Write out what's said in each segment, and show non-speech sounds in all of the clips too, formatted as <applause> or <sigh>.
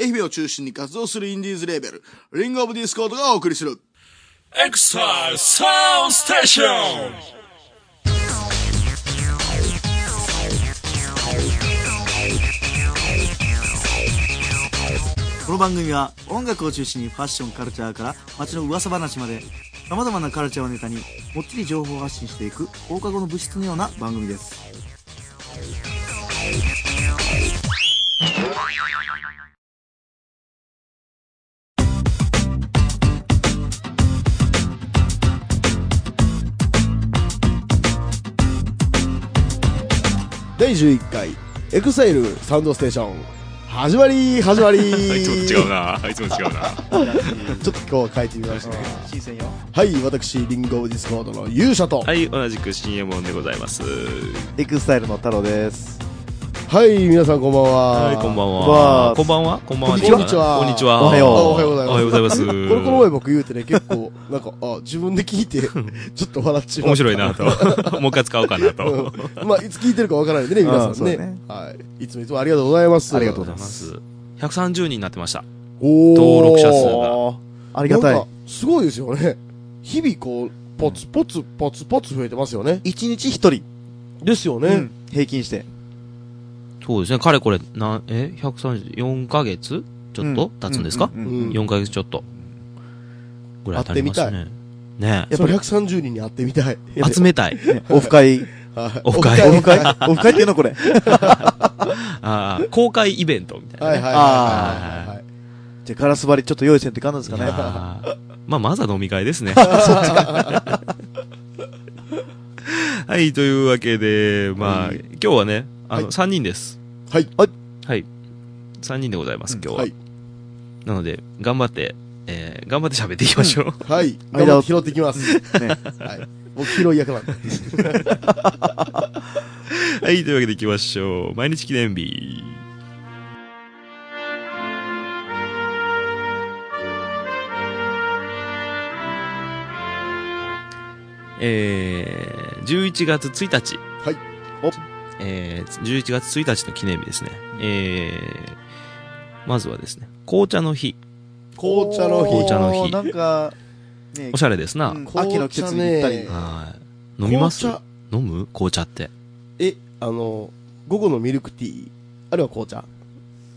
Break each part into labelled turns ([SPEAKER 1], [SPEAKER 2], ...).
[SPEAKER 1] 愛媛を中心に活動するインディーズレーベル、リングオブディスコードがお送りする。
[SPEAKER 2] Exile Sound Station!
[SPEAKER 3] この番組は音楽を中心にファッションカルチャーから街の噂話まで様々なカルチャーをネタにもっちり情報を発信していく放課後の物質のような番組です
[SPEAKER 4] 第11回エクサイルサウンドステーション始まり始まり
[SPEAKER 5] あいつもと
[SPEAKER 4] ち
[SPEAKER 5] 違
[SPEAKER 4] ょ
[SPEAKER 5] うな。あいつもと違うな。
[SPEAKER 4] っと今日は変えてみましたね
[SPEAKER 3] 新鮮よ
[SPEAKER 4] はい私リンゴオブディスコードの勇者とは
[SPEAKER 5] はい、同じく新エモンでございます。
[SPEAKER 6] エクスタイルの太郎です。
[SPEAKER 4] い、皆さんこんばんは
[SPEAKER 5] はい、こんばん
[SPEAKER 6] こんばん
[SPEAKER 5] は。
[SPEAKER 6] は
[SPEAKER 5] こんばんは。こんばんは。
[SPEAKER 4] こんにちは
[SPEAKER 5] こんにちは。
[SPEAKER 6] おはよう
[SPEAKER 4] おはようございます
[SPEAKER 5] おはようございます。
[SPEAKER 4] これこの前僕言うてね結構 <laughs> なんかあ自分で聞いてちょっと笑っちまった
[SPEAKER 5] 面白いなと。 <laughs> もう一回使おうかなと。
[SPEAKER 4] うんまあいつ聞いてるかわからないんでね皆さ
[SPEAKER 6] うん
[SPEAKER 4] んね
[SPEAKER 6] そうだね
[SPEAKER 4] はい、いつもいつもありがとうございます
[SPEAKER 6] ありがとうござい
[SPEAKER 5] ま
[SPEAKER 6] ますす。
[SPEAKER 5] 130人になってました。
[SPEAKER 4] おー
[SPEAKER 5] 登録者数が
[SPEAKER 6] ありがた
[SPEAKER 4] ないんか。すごいですよね日々こうポツポツポツポツ増えてますよね
[SPEAKER 6] 一日一人、
[SPEAKER 4] ですよね、
[SPEAKER 6] うん平均して。
[SPEAKER 5] そうですね。かれこれ、なん、え ?134 ヶ月ちょっと経つんですか
[SPEAKER 6] う
[SPEAKER 4] うん
[SPEAKER 6] うんうん
[SPEAKER 5] ?4 ヶ月ちょっと。ぐらい経りますね。ね
[SPEAKER 4] やっぱ130人に会ってみたい。
[SPEAKER 5] え。集めた
[SPEAKER 4] <laughs>
[SPEAKER 5] い。
[SPEAKER 6] ねオフ会。
[SPEAKER 4] はい
[SPEAKER 5] オフ会
[SPEAKER 6] <laughs> オフ <laughs> 会オフ会っていうのこれ。じ
[SPEAKER 5] あー公開イベントみたいな
[SPEAKER 4] はいはい
[SPEAKER 5] ね。
[SPEAKER 4] はいはいはい。
[SPEAKER 6] ゃあガラス張りちょっと用意せんって感じですかね。
[SPEAKER 5] あーまあ、まずは飲み会ですね。はい、というわけで、まあ、今日はね、あ
[SPEAKER 4] は
[SPEAKER 5] の、3人です。
[SPEAKER 4] はい。
[SPEAKER 5] はい。3人でございます、今日
[SPEAKER 4] は
[SPEAKER 5] は。
[SPEAKER 4] い。
[SPEAKER 5] なので、頑張って、えー頑張って喋っていきましょう。
[SPEAKER 4] はい。
[SPEAKER 6] 間を
[SPEAKER 4] 間を拾っていきます。
[SPEAKER 6] ね <laughs>
[SPEAKER 4] はい。僕拾い役なんで。
[SPEAKER 5] <laughs> はい、というわけで行きましょう。毎日記念日。えー、11月1日。
[SPEAKER 4] はい。
[SPEAKER 6] お
[SPEAKER 5] えー、11月1日の記念日ですね。えー、まずはですね、紅茶の日。
[SPEAKER 4] 紅茶の
[SPEAKER 5] 紅
[SPEAKER 4] 日。
[SPEAKER 5] 茶の日
[SPEAKER 6] なんか、ね
[SPEAKER 5] おしゃれですな。
[SPEAKER 6] うん
[SPEAKER 4] 紅茶
[SPEAKER 6] 秋の季節に行ったり
[SPEAKER 4] ね。
[SPEAKER 5] はい。飲みます
[SPEAKER 4] 紅茶
[SPEAKER 5] 飲む紅茶って。
[SPEAKER 4] え、あの、午後のミルクティー、あるいは紅茶。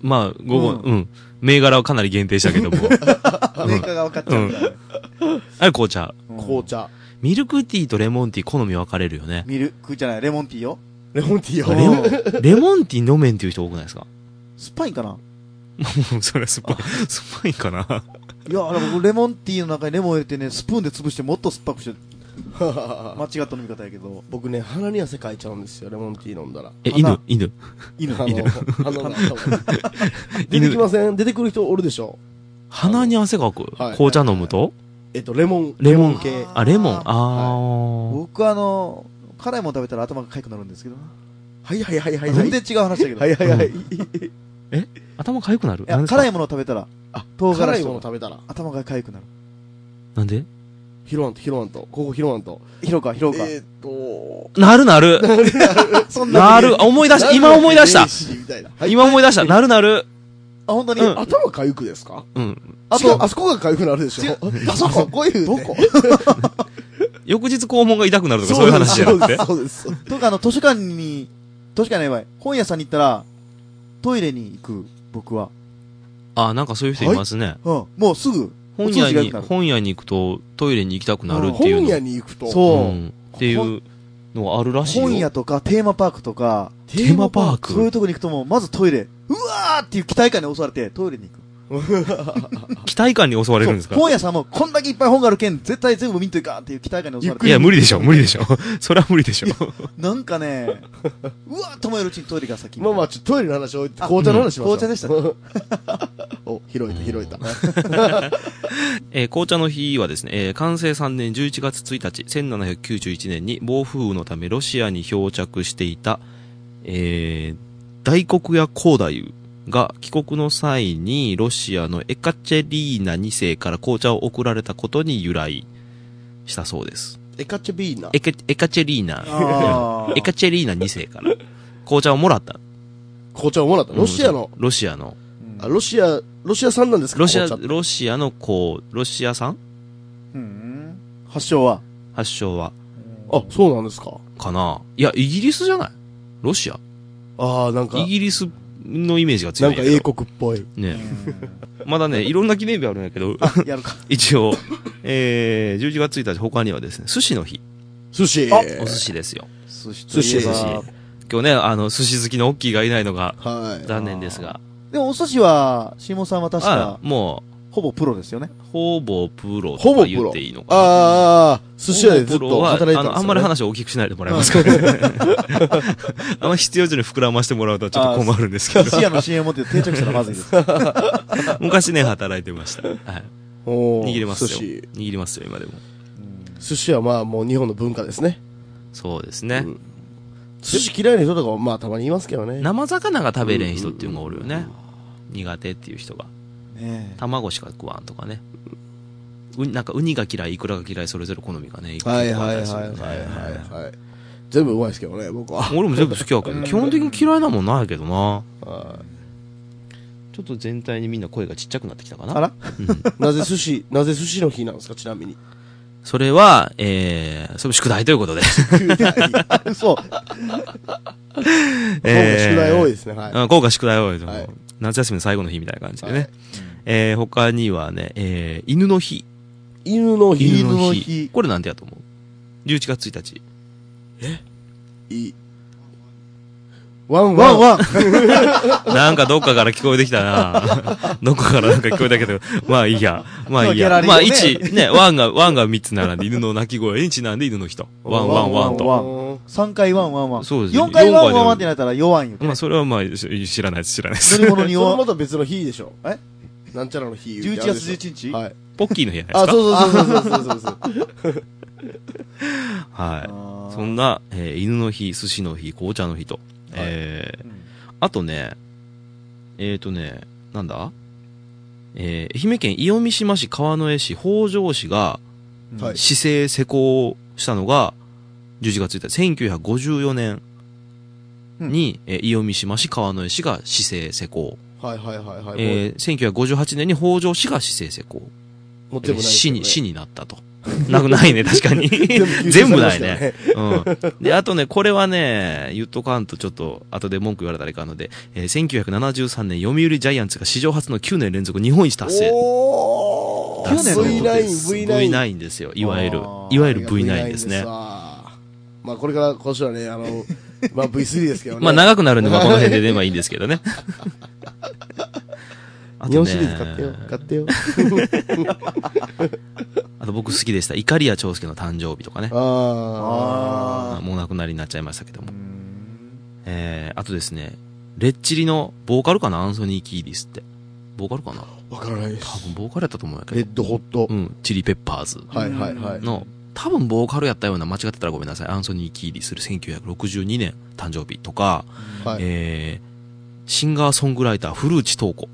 [SPEAKER 5] まあ、午後、
[SPEAKER 6] うん
[SPEAKER 5] うん。銘柄はかなり限定したけども。
[SPEAKER 6] メーカーが分かっちゃうからね。
[SPEAKER 5] あれ紅茶。
[SPEAKER 4] 紅茶。
[SPEAKER 5] ミルクティーとレモンティー好み分かれるよね。
[SPEAKER 6] ミルクじゃない、レモンティーよ。
[SPEAKER 4] レモンティー
[SPEAKER 5] レ
[SPEAKER 4] を。
[SPEAKER 5] モン、レモンティー飲めんっていう人多くないですか
[SPEAKER 6] 酸っぱいんかな
[SPEAKER 5] それは酸っぱい。酸っぱいんかない
[SPEAKER 6] や、あれ僕レモンティーの中にレモン入れてね、スプーンで潰してもっと酸っぱ
[SPEAKER 4] <laughs>
[SPEAKER 6] くしてる、間違った飲み方やけど、
[SPEAKER 4] 僕ね、鼻に汗かいちゃうんですよ、レモンティー飲んだら。
[SPEAKER 5] え、
[SPEAKER 6] あ
[SPEAKER 5] 犬
[SPEAKER 6] な、
[SPEAKER 5] 犬。
[SPEAKER 4] 犬
[SPEAKER 5] いいね
[SPEAKER 4] 鼻の頭出てきません出てくる人おるでしょ
[SPEAKER 5] 鼻に汗かく、
[SPEAKER 4] はい
[SPEAKER 5] 紅茶飲むと
[SPEAKER 4] えっと、レモン。
[SPEAKER 5] レモン
[SPEAKER 4] 系。
[SPEAKER 5] あ、レモン。あー、
[SPEAKER 6] 僕あの、辛いもの食べたら頭が痒くなるんですけどな。
[SPEAKER 4] はいはいはいはいは
[SPEAKER 6] 全
[SPEAKER 4] い。
[SPEAKER 6] 然違う話だけど。
[SPEAKER 4] はいはいはい。
[SPEAKER 5] 頭痒くなる
[SPEAKER 6] いや、辛いものを食べたら、
[SPEAKER 4] あ
[SPEAKER 6] 唐辛
[SPEAKER 4] 辛
[SPEAKER 6] 子
[SPEAKER 4] いもの
[SPEAKER 6] とか
[SPEAKER 4] 食べたら。
[SPEAKER 6] 頭が痒くなる。
[SPEAKER 5] なんで
[SPEAKER 4] 拾わんと拾わんと。ここ拾わんと。
[SPEAKER 6] ひろか、ひろか。
[SPEAKER 4] えーっと、
[SPEAKER 5] なるなる
[SPEAKER 6] そん
[SPEAKER 5] な
[SPEAKER 6] な。
[SPEAKER 5] るあ思い出した今思い出した
[SPEAKER 4] た。みたいな。はい、
[SPEAKER 5] 今思い出したなるなる
[SPEAKER 6] あ、本当に。
[SPEAKER 5] うん
[SPEAKER 6] あ
[SPEAKER 4] 頭かゆくですか
[SPEAKER 5] うん。
[SPEAKER 4] あ
[SPEAKER 6] あ
[SPEAKER 4] と、
[SPEAKER 6] と、
[SPEAKER 4] あそこがかゆくなるでし
[SPEAKER 6] 違
[SPEAKER 4] ょ
[SPEAKER 6] う
[SPEAKER 4] あそこ、こういう。
[SPEAKER 6] どこ
[SPEAKER 5] 翌日肛門が痛くなるとかそういう話じゃなくて。
[SPEAKER 4] そうです。そうです
[SPEAKER 6] とか、あの、図書館に、図書館ないわい。本屋さんに行ったら、トイレに行く、僕は。
[SPEAKER 5] あー、なんかそういう人いますね。
[SPEAKER 6] うん。もうすぐ。
[SPEAKER 5] 本屋
[SPEAKER 6] お通じ
[SPEAKER 5] に、
[SPEAKER 6] が良くなる
[SPEAKER 5] 本屋に行くとトイレに行きたくなるっていう
[SPEAKER 4] 本
[SPEAKER 5] の。
[SPEAKER 4] 屋に行くと。
[SPEAKER 6] そう
[SPEAKER 5] うんっていうのはあるらしいよ。
[SPEAKER 6] 本屋とか、テーマパークとか、
[SPEAKER 5] テーマパーク
[SPEAKER 6] そういうとこに行くともう、まずトイレ。うわーっていう期待感に襲われて、トイレに行く。
[SPEAKER 5] 期待感に襲われるんです
[SPEAKER 6] そ
[SPEAKER 5] か
[SPEAKER 6] う本屋さんも、こんだけいっぱい本があるけん、絶対全部見んといかんっていう期待感に襲われて。
[SPEAKER 5] いや、無理でしょ、無理でしょ。 <laughs> それは無理でしょ。
[SPEAKER 6] なんかね、うわーと思えるうちにトイレが先。
[SPEAKER 4] まあまあ、ちょっとトイレの話を置いて、紅茶の話しましょう。
[SPEAKER 6] 紅茶でした
[SPEAKER 4] た。 <laughs> お、拾えた、拾えた。
[SPEAKER 5] えー紅茶の日はですね、えー寛政3年11月1日、1791年に暴風雨のためロシアに漂着していた、えー大黒屋光太夫が帰国の際にロシアのエカチェリーナ2世から紅茶を送られたことに由来したそうです。
[SPEAKER 4] エカチェビーナ。
[SPEAKER 5] エカエカチェリーナ、
[SPEAKER 6] あー
[SPEAKER 5] <laughs> エカチェリーナ2世から紅茶をもらった。
[SPEAKER 4] 紅茶をもらった。ロシアの
[SPEAKER 5] ロシアの
[SPEAKER 6] うん
[SPEAKER 4] あロシア、ロシア産なんですか
[SPEAKER 5] ロシア、
[SPEAKER 4] 紅茶って
[SPEAKER 5] ロシアのこう、ロシア産
[SPEAKER 6] うん。発祥は。
[SPEAKER 5] 発祥は、
[SPEAKER 4] あ、そうなんですか。
[SPEAKER 5] かないや、イギリスじゃないロシア
[SPEAKER 4] ああ、なんか
[SPEAKER 5] イ、ギリスのイメージが強
[SPEAKER 4] ないん
[SPEAKER 5] んやけ
[SPEAKER 4] か
[SPEAKER 5] ど。
[SPEAKER 4] 英国っぽい。
[SPEAKER 5] ね <laughs> まだね、いろんな記念日あるんやけど、
[SPEAKER 6] あ、やるか。
[SPEAKER 5] <laughs> 一応、えー、11月1日他にはですね、寿司の日。
[SPEAKER 4] 寿司。
[SPEAKER 6] あ
[SPEAKER 5] お寿司ですよ。
[SPEAKER 6] 寿司と
[SPEAKER 4] 寿司
[SPEAKER 6] いえ
[SPEAKER 4] 寿
[SPEAKER 6] ば。
[SPEAKER 5] 今日ね、あの、寿司好きのオッキーがいないのが
[SPEAKER 4] はい。
[SPEAKER 5] 残念ですが。
[SPEAKER 6] でもお寿司は、シモさんは確
[SPEAKER 5] あ
[SPEAKER 6] か、
[SPEAKER 5] も
[SPEAKER 6] ほぼプロですよね
[SPEAKER 5] う。、ほぼプロ
[SPEAKER 4] ほぼ
[SPEAKER 5] と
[SPEAKER 4] プ
[SPEAKER 5] 言
[SPEAKER 4] ロ
[SPEAKER 5] っ。ていいのかな。
[SPEAKER 4] ああ、寿司屋でずっと働いてたんですよ、
[SPEAKER 5] あ
[SPEAKER 4] ね。
[SPEAKER 5] の、あんまり話を大きくしないでもらえますか <laughs> あんま必要以上に膨らましてもらうとちょっと困るんですけ
[SPEAKER 6] 寿司屋
[SPEAKER 5] ど。
[SPEAKER 6] の CM 持って定着したらまず
[SPEAKER 5] <laughs>
[SPEAKER 6] いです。は
[SPEAKER 5] 昔ね、働いてました。はい。
[SPEAKER 4] おー
[SPEAKER 5] 握れますよ。
[SPEAKER 4] 寿司。
[SPEAKER 5] 握りますよ、今でも。
[SPEAKER 4] 寿司はまあもう日本の文化ですね。
[SPEAKER 5] そうですね。
[SPEAKER 4] うん寿司嫌いな人とかもまあたまにいますけどね。
[SPEAKER 5] 生魚が食べれん人っていうのがおるよね。苦手っていう人が。
[SPEAKER 6] ね
[SPEAKER 5] 卵しか食わんとかね。うなんかウニが嫌い、イクラが嫌い、それぞれ好みがね、
[SPEAKER 4] はいはいはい
[SPEAKER 5] 一個あった
[SPEAKER 4] はい
[SPEAKER 5] りするよね
[SPEAKER 4] はいはい。全部うまいですけどね、僕は。
[SPEAKER 5] 俺も全部好きやけど、基本的に嫌いなもんないけどな。
[SPEAKER 4] は
[SPEAKER 5] ちょっと全体にみんな声がちっちゃくなってきたかな。
[SPEAKER 6] あら <laughs>
[SPEAKER 5] うん
[SPEAKER 4] いなぜ寿司、
[SPEAKER 5] <laughs>
[SPEAKER 4] なぜ寿司の日なんですか、ちなみに。
[SPEAKER 5] それは、えー、それも宿題ということ
[SPEAKER 4] <laughs>
[SPEAKER 5] で。
[SPEAKER 6] え。そう。
[SPEAKER 5] え
[SPEAKER 4] え
[SPEAKER 5] ー
[SPEAKER 4] 宿題多いですね、はい。
[SPEAKER 5] うん、今回宿題多いと思う
[SPEAKER 4] はい
[SPEAKER 5] 夏休みの最後の日みたいな感じでね。
[SPEAKER 4] はい
[SPEAKER 5] えー、他にはね、えー、犬の日。
[SPEAKER 4] 犬の日。
[SPEAKER 6] 犬の日
[SPEAKER 5] これなんでやと思う ?11 月1日。
[SPEAKER 4] いワン
[SPEAKER 6] ワ
[SPEAKER 4] ワ
[SPEAKER 6] ン
[SPEAKER 4] ンワン。
[SPEAKER 6] ワン
[SPEAKER 5] なんかどっかから聞こえてきたな <laughs> どっかからなんか聞こえたけど、まあいいや。まあいいや。
[SPEAKER 6] まあギ
[SPEAKER 5] まあ
[SPEAKER 6] ャラリー
[SPEAKER 5] 1、ね、ワンが、ワンが3つ並んで、犬の鳴き声にちなんで犬の日と。ワンワンワンと。
[SPEAKER 6] ワ三回ワンワンワン。
[SPEAKER 5] そうです
[SPEAKER 6] 四回ワンワンワンってなったら弱いんよ。
[SPEAKER 5] まあそれはまあ知らないです、知らないです。
[SPEAKER 6] 乗り物に
[SPEAKER 4] それ
[SPEAKER 6] 弱
[SPEAKER 4] ま
[SPEAKER 6] い。
[SPEAKER 4] た別の日でしょ。
[SPEAKER 6] え
[SPEAKER 4] なんちゃらの日。
[SPEAKER 6] 11月11日
[SPEAKER 4] はい。
[SPEAKER 5] ポッキーの日じゃないですか。
[SPEAKER 4] あ、そうそうそうそうそうそうそう。
[SPEAKER 5] はい。
[SPEAKER 6] あー
[SPEAKER 5] そんな、えー犬の日、寿司の日、紅茶の日と。えー
[SPEAKER 6] うん
[SPEAKER 5] あとね、えっ、ー、とね、なんだえー愛媛県伊予三島市川之江市北条市が、
[SPEAKER 4] はい
[SPEAKER 5] 市政施行したのが、11月1日、1954年に、えー伊予三島市川之江市が市政施行。
[SPEAKER 4] はいはいはいはい。
[SPEAKER 5] えー、1958年に北条市が市政施行。
[SPEAKER 4] もう全部
[SPEAKER 5] えー
[SPEAKER 4] ないです
[SPEAKER 5] 市
[SPEAKER 4] よね。
[SPEAKER 5] に、市になったと。なくないね、確かに。全
[SPEAKER 4] <laughs> 全
[SPEAKER 5] 部
[SPEAKER 4] 部
[SPEAKER 5] ない
[SPEAKER 4] 吸収されましたよ
[SPEAKER 5] ね
[SPEAKER 4] ね。
[SPEAKER 5] うん。で、あとね、これはね、言っとかんとちょっと、後で文句言われたらいかんので、えー1973年、読売ジャイアンツが史上初の9年連続日本一達成。
[SPEAKER 4] おー
[SPEAKER 5] 達成ということです
[SPEAKER 4] V9、V9。
[SPEAKER 5] V9 ですよ。いわゆる
[SPEAKER 6] あ、ー
[SPEAKER 5] いわゆる V9 ですね。
[SPEAKER 4] わまあこれから今週はね、あの、
[SPEAKER 5] <laughs>
[SPEAKER 4] まあ V3 ですけどね。
[SPEAKER 5] まあ長くなるんで、まあこの辺で出ればいいんですけ
[SPEAKER 4] <laughs>
[SPEAKER 5] どね。あ
[SPEAKER 4] 日
[SPEAKER 5] と
[SPEAKER 4] 本シリーズ買ってよ
[SPEAKER 5] ね、、
[SPEAKER 4] 買
[SPEAKER 5] <laughs>
[SPEAKER 4] ってよ。
[SPEAKER 5] あと僕好きでした。イカリア長介の誕生日とかね。
[SPEAKER 4] あ
[SPEAKER 5] まあ
[SPEAKER 6] あ
[SPEAKER 5] もう亡くなりになっちゃいましたけども
[SPEAKER 6] ー。う。ん
[SPEAKER 5] えー、あとですね、レッチリのボーカルかなアンソニー・キーディスって。ボーカルかな
[SPEAKER 4] あ。わからないです。
[SPEAKER 5] 多分ボーカルやったと思うんやけ
[SPEAKER 4] レ
[SPEAKER 5] ど
[SPEAKER 4] ッ。ドホット
[SPEAKER 5] う。ん、チリペッパーズ
[SPEAKER 4] はいはいはい。
[SPEAKER 5] の、多分ボーカルやったような、間違ってたらごめんなさい。アンソニー・キーディスる1962年誕生日とか、
[SPEAKER 4] はい。
[SPEAKER 5] えー、シンガーソングライター、古内東子。